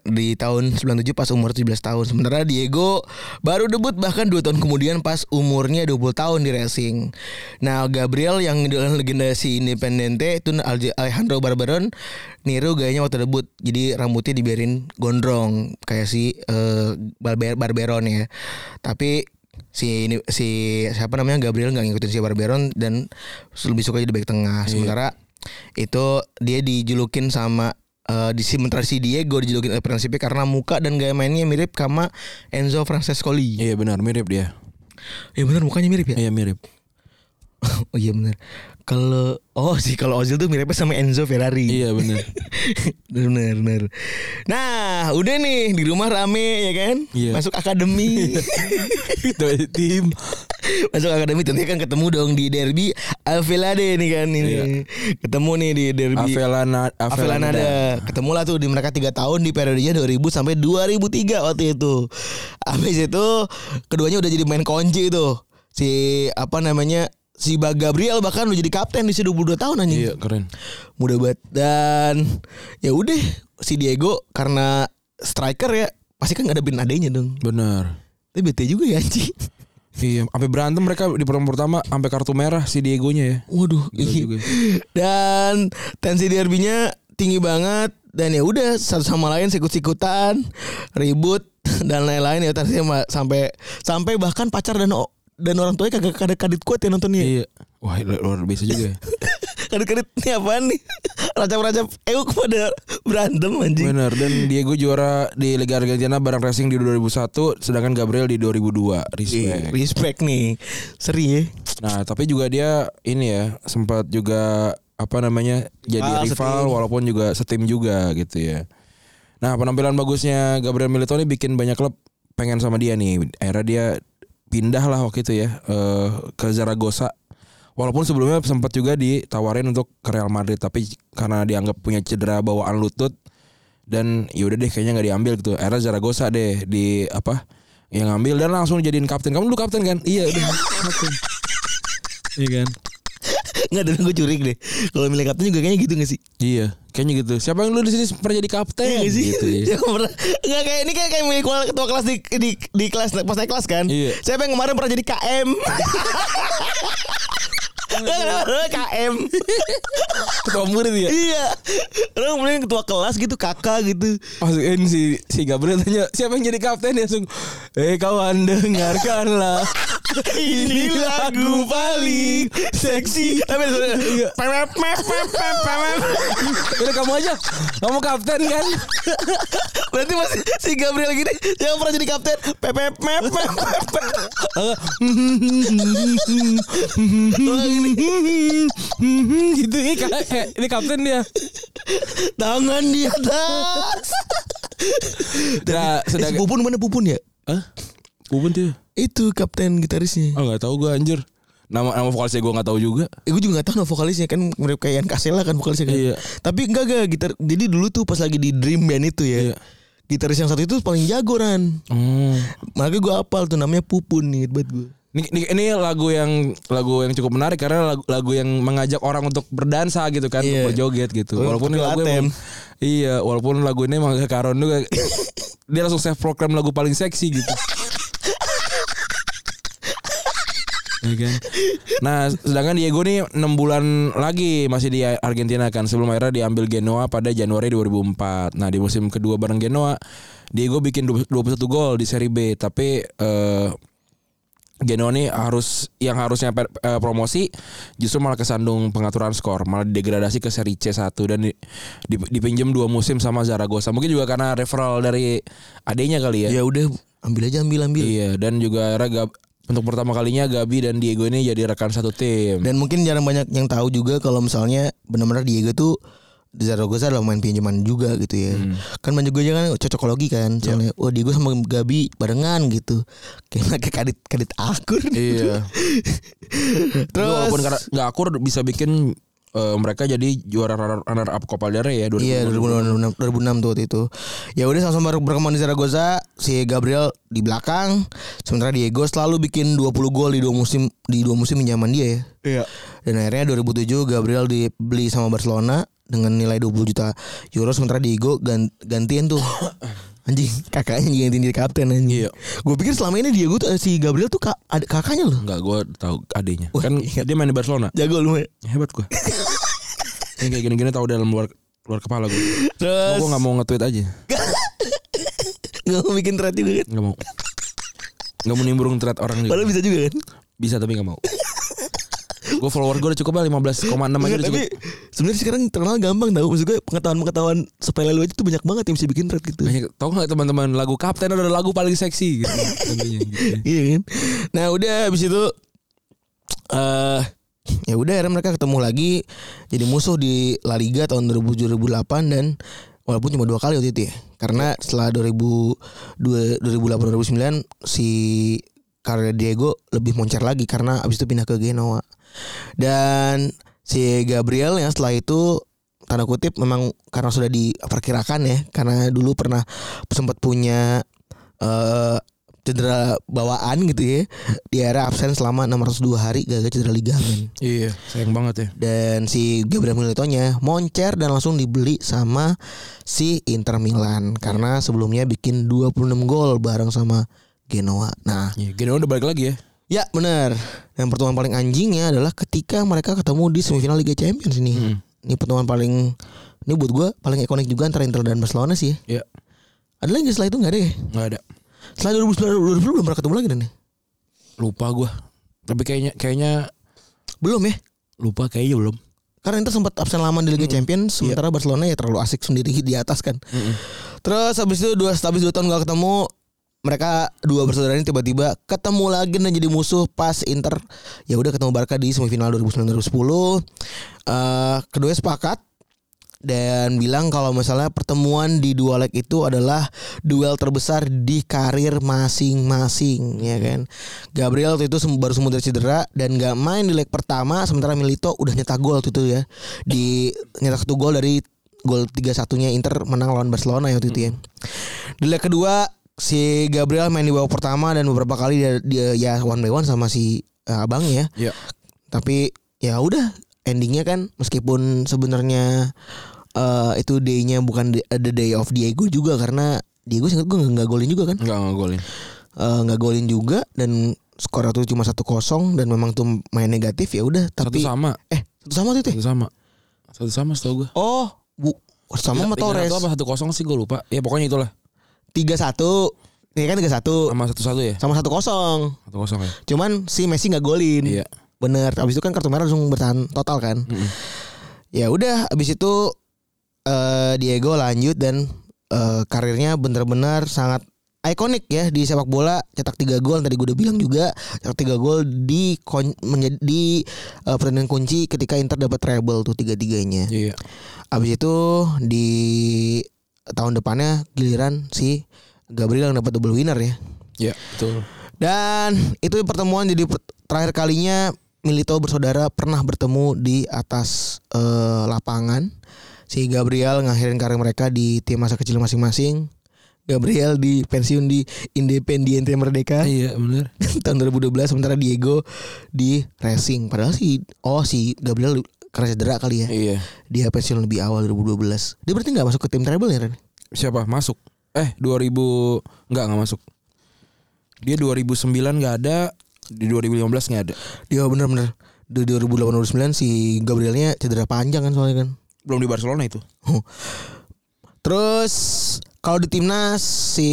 [SPEAKER 2] Di tahun 97 pas umur 17 tahun Sementara Diego Baru debut bahkan 2 tahun kemudian Pas umurnya 20 tahun di racing Nah Gabriel yang dengan legenda si Independente Itu Alje- Alejandro Barbaron Niru gayanya waktu debut Jadi rambutnya dibiarin gondrong Kayak si eh, Barber- Barberon ya Tapi si ini si siapa namanya Gabriel nggak ngikutin si Barberon dan lebih suka jadi back
[SPEAKER 3] Iya.
[SPEAKER 2] tengah sementara itu dia dijulukin sama eh, di sementara si Diego dijulukin oleh Principe karena muka dan gaya mainnya mirip sama Enzo Francescoli.
[SPEAKER 3] Iya benar mirip dia.
[SPEAKER 2] Ya benar mukanya mirip ya.
[SPEAKER 3] Iya mirip.
[SPEAKER 2] oh iya benar. Kalau oh sih kalau Ozil tuh miripnya sama Enzo Ferrari.
[SPEAKER 3] Iya benar.
[SPEAKER 2] bener bener nah udah nih di rumah rame ya kan
[SPEAKER 3] Iya.
[SPEAKER 2] masuk akademi tim masuk akademi tentunya kan ketemu dong di derby Alvelade nih kan ini ketemu nih di derby
[SPEAKER 3] Avelana
[SPEAKER 2] Avelanada ketemu lah tuh di mereka tiga tahun di periodenya 2000 sampai 2003 waktu itu habis itu keduanya udah jadi main konci tuh si apa namanya si Bang Gabriel bahkan udah jadi kapten di usia 22 tahun anjing
[SPEAKER 3] Iya keren.
[SPEAKER 2] mudah banget dan ya udah si Diego karena striker ya pasti kan nggak ada bin adanya dong
[SPEAKER 3] Benar.
[SPEAKER 2] tapi bete juga ya anjing
[SPEAKER 3] Iya, sampai berantem mereka di pertemuan pertama sampai kartu merah si Diegonya ya.
[SPEAKER 2] waduh
[SPEAKER 3] Gila
[SPEAKER 2] iya.
[SPEAKER 3] juga.
[SPEAKER 2] dan tensi derbynya tinggi banget dan ya udah satu sama lain sikut-sikutan ribut dan lain-lain ya tensi sama- sampai sampai bahkan pacar dan o- dan orang tuanya kagak kagak kadit kuat ya nontonnya
[SPEAKER 3] Iya. Wah, lu- luar biasa juga. ya.
[SPEAKER 2] kadit kadit ini apaan nih racap-racap euk pada berantem anjing
[SPEAKER 3] Benar. Dan Diego juara di Liga Argentina bareng Racing di 2001, sedangkan Gabriel di 2002.
[SPEAKER 2] Ih,
[SPEAKER 3] Respect.
[SPEAKER 2] respect nih seri ya
[SPEAKER 3] Nah, tapi juga dia ini ya sempat juga apa namanya
[SPEAKER 2] Ah,
[SPEAKER 3] jadi rival
[SPEAKER 2] setim.
[SPEAKER 3] walaupun juga setim juga gitu ya. Nah, penampilan bagusnya Gabriel Militoni bikin banyak klub pengen sama dia nih. Akhirnya dia pindah lah waktu itu ya eh, ke Zaragoza. Walaupun sebelumnya sempat juga ditawarin untuk ke Real Madrid tapi karena dianggap punya cedera bawaan lutut dan yaudah deh kayaknya nggak diambil gitu. Akhirnya Zaragoza deh di apa yang ngambil dan langsung jadiin kapten. Kamu dulu kapten kan? Iya udah kapten. Iya kan?
[SPEAKER 2] Nggak tapi gue curiga deh Kalau milih kapten juga kayaknya gitu gak sih
[SPEAKER 3] Iya, kayaknya gitu. Siapa yang lu di sini pernah jadi kapten?
[SPEAKER 2] Iya nggak sih
[SPEAKER 3] Gitu, iya.
[SPEAKER 2] Jangan pernah Nggak kayak ini kayak, kayak milih ketua- ketua kelas di, di, di kelas Pas naik kelas kan
[SPEAKER 3] Iya.
[SPEAKER 2] Siapa yang kemarin pernah jadi KM Iya. KM
[SPEAKER 3] Ketua murid ya.
[SPEAKER 2] Iya Orang kemudian ketua kelas gitu Kakak gitu
[SPEAKER 3] Masukin si si Gabriel tanya siapa yang jadi kapten dia langsung eh kawan dengarkanlah
[SPEAKER 2] Ini lagu Iya. paling seksi. Tapi
[SPEAKER 3] Udah kamu aja. Kamu kapten kan?
[SPEAKER 2] berarti masih si Gabriel gini jangan pernah jadi kapten. Pepep mep mep.
[SPEAKER 3] gitu ini, ka- eh, ini kapten dia.
[SPEAKER 2] Tangan di atas. Eh,
[SPEAKER 3] Nah, sedang
[SPEAKER 2] si Pupun mana Pupun ya?
[SPEAKER 3] Hah? Bubun tuh.
[SPEAKER 2] Itu kapten gitarisnya.
[SPEAKER 3] Oh, enggak tahu gua anjir. Nama nama vokalisnya gua enggak tahu juga.
[SPEAKER 2] Eh, gue juga gak tau nama vokalisnya kan mirip kayak Ian Kasela kan vokalisnya kan.
[SPEAKER 3] Iya.
[SPEAKER 2] Tapi enggak gak gitar. Jadi dulu tuh pas lagi di Dream Band itu ya.
[SPEAKER 3] Iya.
[SPEAKER 2] Gitaris yang satu itu paling jago Ran. Oh. Makanya gue apal tuh namanya Pupun nih buat gue.
[SPEAKER 3] Ini, ini, ini lagu yang lagu yang cukup menarik karena lagu, lagu yang mengajak orang untuk berdansa gitu kan,
[SPEAKER 2] Iya.
[SPEAKER 3] untuk berjoget gitu.
[SPEAKER 2] Untuk
[SPEAKER 3] Walaupun ini lagu
[SPEAKER 2] latem.
[SPEAKER 3] emang, iya, walaupun lagu ini emang agak karon juga. dia langsung self program lagu paling seksi gitu. Iya kan? Nah, sedangkan Diego nih 6 bulan lagi masih di Argentina kan sebelum akhirnya diambil Genoa pada Januari 2004. Nah, di musim kedua bareng Genoa, Diego bikin 21 gol di Serie B, tapi eh, Genoa nih harus yang harusnya per- eh, promosi justru malah kesandung pengaturan skor, malah degradasi ke seri C1 dan di, di- dipinjam dua musim sama Zaragoza. Mungkin juga karena referral dari adenya kali
[SPEAKER 2] Ya
[SPEAKER 3] ya.
[SPEAKER 2] udah ambil aja ambil ambil.
[SPEAKER 3] Iya, dan juga akhirnya Gab- untuk pertama kalinya Gabi dan Diego ini jadi rekan satu tim.
[SPEAKER 2] Dan mungkin jarang banyak yang tahu juga kalau misalnya benar-benar Diego tuh Zaragoza adalah main pinjaman juga gitu ya.
[SPEAKER 3] Hmm.
[SPEAKER 2] Kan banyak juga kan cocokologi kan.
[SPEAKER 3] Iya.
[SPEAKER 2] Soalnya wah Diego sama Gabi barengan gitu. Kayak kayak kadit kadit akur.
[SPEAKER 3] iya.
[SPEAKER 2] Terus
[SPEAKER 3] Walaupun kar- nggak akur bisa bikin eh, mereka jadi juara runner- runner up Copa del Rey ya 2000.
[SPEAKER 2] Iya 2006, 2006 tuh waktu itu. Ya udah sama-sama ber- berkembang di Zaragoza, si Gabriel di belakang, sementara Diego selalu bikin 20 gol di dua musim di dua musim pinjaman dia ya.
[SPEAKER 3] Iya.
[SPEAKER 2] Dan akhirnya 2007 Gabriel dibeli sama Barcelona dengan nilai 20 juta euro sementara Diego gan- gantiin tuh. Anjing, kakaknya yang gantiin jadi kapten anjing.
[SPEAKER 3] Iya.
[SPEAKER 2] Gue pikir selama ini Diego tuh eh, si Gabriel tuh ka- ad- kakaknya loh.
[SPEAKER 3] Enggak, gue tahu adenya.
[SPEAKER 2] Wah,
[SPEAKER 3] kan
[SPEAKER 2] iya.
[SPEAKER 3] dia main di Barcelona.
[SPEAKER 2] Jago lu. ya.
[SPEAKER 3] Hebat gue. Ini kayak gini-gini tahu dalam luar luar kepala gue.
[SPEAKER 2] Terus
[SPEAKER 3] Gue nggak mau nge-tweet aja.
[SPEAKER 2] nggak mau bikin thread juga kan.
[SPEAKER 3] Nggak mau. Nggak mau nimbrung thread orang juga.
[SPEAKER 2] Padahal bisa juga kan.
[SPEAKER 3] Bisa tapi nggak mau. gue follower gue udah cukup lah 15,6 aja
[SPEAKER 2] Enggak,
[SPEAKER 3] udah
[SPEAKER 2] Iya, tapi
[SPEAKER 3] cukup.
[SPEAKER 2] sebenarnya sekarang terkenal gampang tau Maksud gue pengetahuan-pengetahuan sepele lu aja tuh banyak banget yang bisa bikin thread gitu
[SPEAKER 3] Banyak tau nggak teman-teman lagu Kapten adalah lagu paling seksi gitu. Tentunya gitu.
[SPEAKER 2] Iya kan Nah udah abis itu eh ya udah akhirnya mereka ketemu lagi Jadi musuh di La Liga tahun 2007-2008 Dan walaupun cuma dua kali waktu itu ya Karena setelah 2008-2009 Si Karya Diego lebih moncer lagi Karena abis itu pindah ke Genoa Dan si Gabriel yang setelah itu tanda kutip memang karena sudah diperkirakan ya karena dulu pernah sempat punya eh cedera bawaan gitu ya di era absen selama 602 hari gagal cedera ligamen
[SPEAKER 3] Iya, sayang banget ya.
[SPEAKER 2] dan si Gabriel Militonya moncer dan langsung dibeli sama si Inter Milan karena sebelumnya bikin 26 gol bareng sama Genoa. Nah,
[SPEAKER 3] Iya, Genoa udah balik lagi ya.
[SPEAKER 2] ya benar. Dan pertemuan paling anjingnya adalah ketika mereka ketemu di semifinal Liga Champions ini. Ini pertemuan paling ini buat gue paling ikonik juga antara Inter dan Barcelona sih. ya.
[SPEAKER 3] Iya,
[SPEAKER 2] Ada lagi setelah itu nggak ada ya?
[SPEAKER 3] nggak ada.
[SPEAKER 2] Setelah 2009 2010 belum pernah ketemu lagi dan ya?
[SPEAKER 3] Lupa gue. Tapi kayaknya kayaknya
[SPEAKER 2] Belum ya?
[SPEAKER 3] lupa kayaknya belum.
[SPEAKER 2] Karena Inter sempat absen lama di Liga Champions, sementara Barcelona ya terlalu asik sendiri di atas kan. Terus habis itu dua habis dua tahun gak ketemu, mereka dua bersaudara ini tiba-tiba ketemu lagi dan jadi musuh pas Inter ya udah ketemu Barca di semifinal 2009-2010. Eh kedua sepakat dan bilang kalau misalnya pertemuan di dua leg itu adalah duel terbesar di karir masing-masing ya kan. Gabriel waktu itu sem- baru sembuh dari cedera dan gak main di leg pertama sementara Milito udah nyetak gol waktu itu ya. Di nyetak satu gol dari gol 3-1-nya Inter menang lawan Barcelona ya waktu itu ya. Di leg kedua si Gabriel main di babak pertama dan beberapa kali dia, dia ya one by one sama si eh, abangnya
[SPEAKER 3] Iya.
[SPEAKER 2] tapi ya udah endingnya kan meskipun sebenarnya eh, itu day-nya bukan the, the day of Diego juga karena Diego singkat gue nggak golin juga kan
[SPEAKER 3] Enggak enggak golin.
[SPEAKER 2] Eh, nggak golin juga dan skor itu cuma satu kosong dan memang tuh main negatif ya udah
[SPEAKER 3] Satu
[SPEAKER 2] tapi
[SPEAKER 3] sama,
[SPEAKER 2] eh satu sama tuh teh
[SPEAKER 3] satu sama. Satu sama setahu Iya, gue.
[SPEAKER 2] oh bu sama sama Torres
[SPEAKER 3] Iya, Satu apa satu kosong sih gue lupa. Ya pokoknya itulah.
[SPEAKER 2] tiga satu Ini kan 3-1
[SPEAKER 3] sama satu-satu ya?
[SPEAKER 2] sama 1-0.
[SPEAKER 3] Satu kosong ya.
[SPEAKER 2] Cuman si Messi nggak golin.
[SPEAKER 3] Iya.
[SPEAKER 2] Bener. Abis itu kan kartu merah langsung bertahan total kan.
[SPEAKER 3] Mm-mm.
[SPEAKER 2] Ya udah. Abis itu eh, Diego lanjut dan eh, karirnya bener-bener sangat ikonik ya di sepak bola cetak tiga gol tadi gue udah bilang juga cetak tiga gol di kon- menjadi di, eh, pertandingan kunci ketika Inter dapat treble tuh tiga tiganya
[SPEAKER 3] Iya.
[SPEAKER 2] abis itu di tahun depannya giliran si Gabriel yang dapat double winner ya
[SPEAKER 3] Iya, betul.
[SPEAKER 2] dan itu pertemuan jadi per- terakhir kalinya Milito bersaudara pernah bertemu di atas eh, lapangan. Si Gabriel ngakhirin karir mereka di tim masa kecil masing-masing. Gabriel di pensiun di Independiente Merdeka
[SPEAKER 3] Iya, benar.
[SPEAKER 2] tahun 2012 sementara Diego di Racing. Padahal si oh si Gabriel karena cedera kali ya.
[SPEAKER 3] Iya.
[SPEAKER 2] Dia pensiun lebih awal 2012. Dia berarti nggak masuk ke tim treble ya Ren?
[SPEAKER 3] Siapa? Masuk. Eh, 2000 enggak enggak masuk. Dia 2009 enggak ada, di 2015 enggak ada.
[SPEAKER 2] Dia Iya, bener-bener di 2008-2009 si Gabrielnya cedera panjang kan soalnya kan.
[SPEAKER 3] Belum di Barcelona itu.
[SPEAKER 2] Terus kalau di timnas si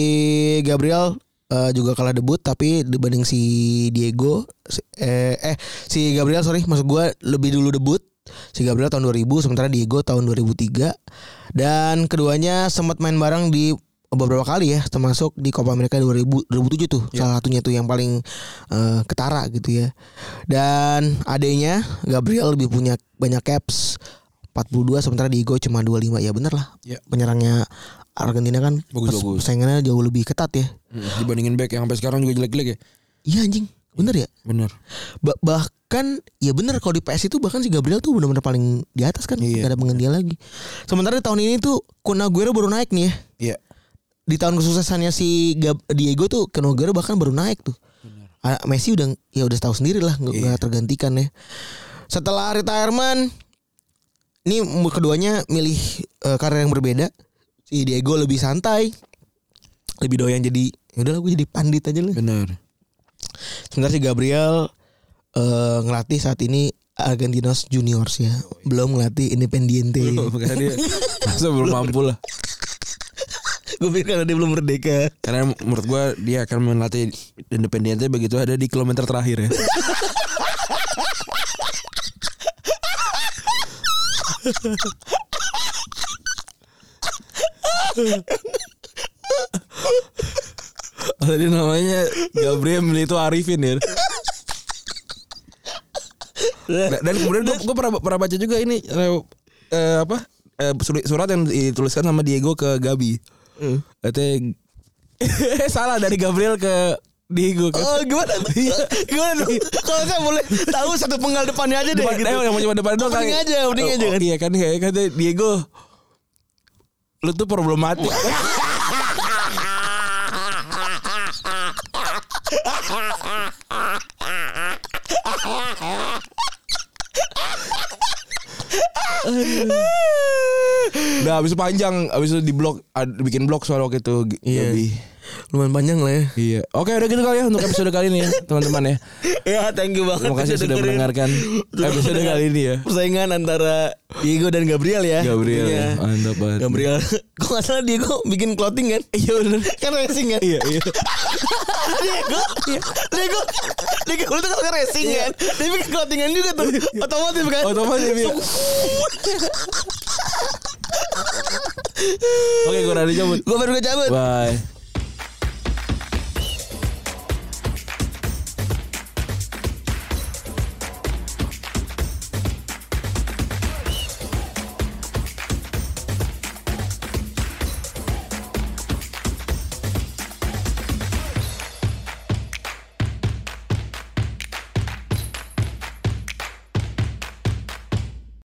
[SPEAKER 2] Gabriel eh, juga kalah debut tapi dibanding si Diego si- eh, eh si Gabriel sorry maksud gua lebih dulu debut. Si Gabriel tahun 2000 sementara Diego tahun 2003 dan keduanya sempat main bareng di beberapa kali ya termasuk di Copa America 2000 2007 tuh salah satunya tuh yang paling eh, ketara gitu ya. Dan adanya Gabriel lebih punya banyak caps 42 sementara Diego cuma 25 ya bener lah
[SPEAKER 3] Iya.
[SPEAKER 2] penyerangnya Argentina kan
[SPEAKER 3] Bagus,
[SPEAKER 2] pers-
[SPEAKER 3] bagus.
[SPEAKER 2] persaingannya jauh lebih ketat ya
[SPEAKER 3] Hmm, Dibandingin back yang sampai sekarang juga jelek-jelek ya.
[SPEAKER 2] iya anjing bener ya
[SPEAKER 3] Benar.
[SPEAKER 2] Ba- bahkan ya bener kalau di PS itu bahkan si Gabriel tuh benar-benar paling di atas kan gak
[SPEAKER 3] Iya.
[SPEAKER 2] ada penggantian lagi sementara di tahun ini tuh Kun Aguero baru naik nih ya
[SPEAKER 3] Iya.
[SPEAKER 2] di tahun kesuksesannya si Gab- Diego tuh Kun Aguero bahkan baru naik tuh Ah, Messi udah ya udah tahu sendiri lah nggak nggak tergantikan ya setelah retirement ini mu- keduanya milih eh, karir yang berbeda si Diego lebih santai lebih doyan jadi ya udahlah gue jadi pandit aja lah
[SPEAKER 3] Benar.
[SPEAKER 2] sebenarnya si Gabriel eh, ngelatih saat ini Argentinos Juniors ya belum ngelatih Independiente
[SPEAKER 3] Karena Iya, dia masa belum mampu lah.
[SPEAKER 2] gue pikir karena dia belum merdeka
[SPEAKER 3] Karena menurut gua dia akan melatih independennya begitu ada di kilometer terakhir ya. Tadi namanya Gabriel Milito Arifin ya. Dan dan kemudian gue pernah pernah baca juga ini eh, eh, apa eh, surat- surat yang dituliskan sama Diego ke Gabi. Hmm. Katanya salah dari Gabriel ke Diego kan.
[SPEAKER 2] Oh gimana? gimana dong?
[SPEAKER 3] Iya.
[SPEAKER 2] Kalau saya boleh tahu satu penggal depannya aja deh.
[SPEAKER 3] Depan,
[SPEAKER 2] gitu.
[SPEAKER 3] eh, yang cuma depan doang
[SPEAKER 2] Opening aja, opening aja kan.
[SPEAKER 3] Iya kan kayak kata Diego lu tuh problematik. kan? Udah Nah, habis panjang, habis itu di blog ad- bikin blog soal waktu itu G-
[SPEAKER 2] Iya.
[SPEAKER 3] Gabi.
[SPEAKER 2] Lumayan panjang lah ya.
[SPEAKER 3] Iya. Oke, udah gitu kali ya untuk episode kali ini ya, teman-teman ya.
[SPEAKER 2] Ya thank you banget.
[SPEAKER 3] Terima kasih sudah
[SPEAKER 2] dengerin
[SPEAKER 3] mendengarkan episode kali ini ya.
[SPEAKER 2] Persaingan antara Diego dan Gabriel ya.
[SPEAKER 3] Gabriel.
[SPEAKER 2] Iya.
[SPEAKER 3] Mantap banget.
[SPEAKER 2] Gabriel. Kok nggak salah Diego bikin clothing kan? Iya benar. Kan racing kan?
[SPEAKER 3] Iya, iya.
[SPEAKER 2] Diego. Diego. Diego itu kan racing
[SPEAKER 3] Iya.
[SPEAKER 2] kan? Dia bikin clothingan juga tuh. Otomotif kan?
[SPEAKER 3] Otomatis ya. Oke, gue Rani cabut.
[SPEAKER 2] Gue baru gue cabut.
[SPEAKER 3] Bye.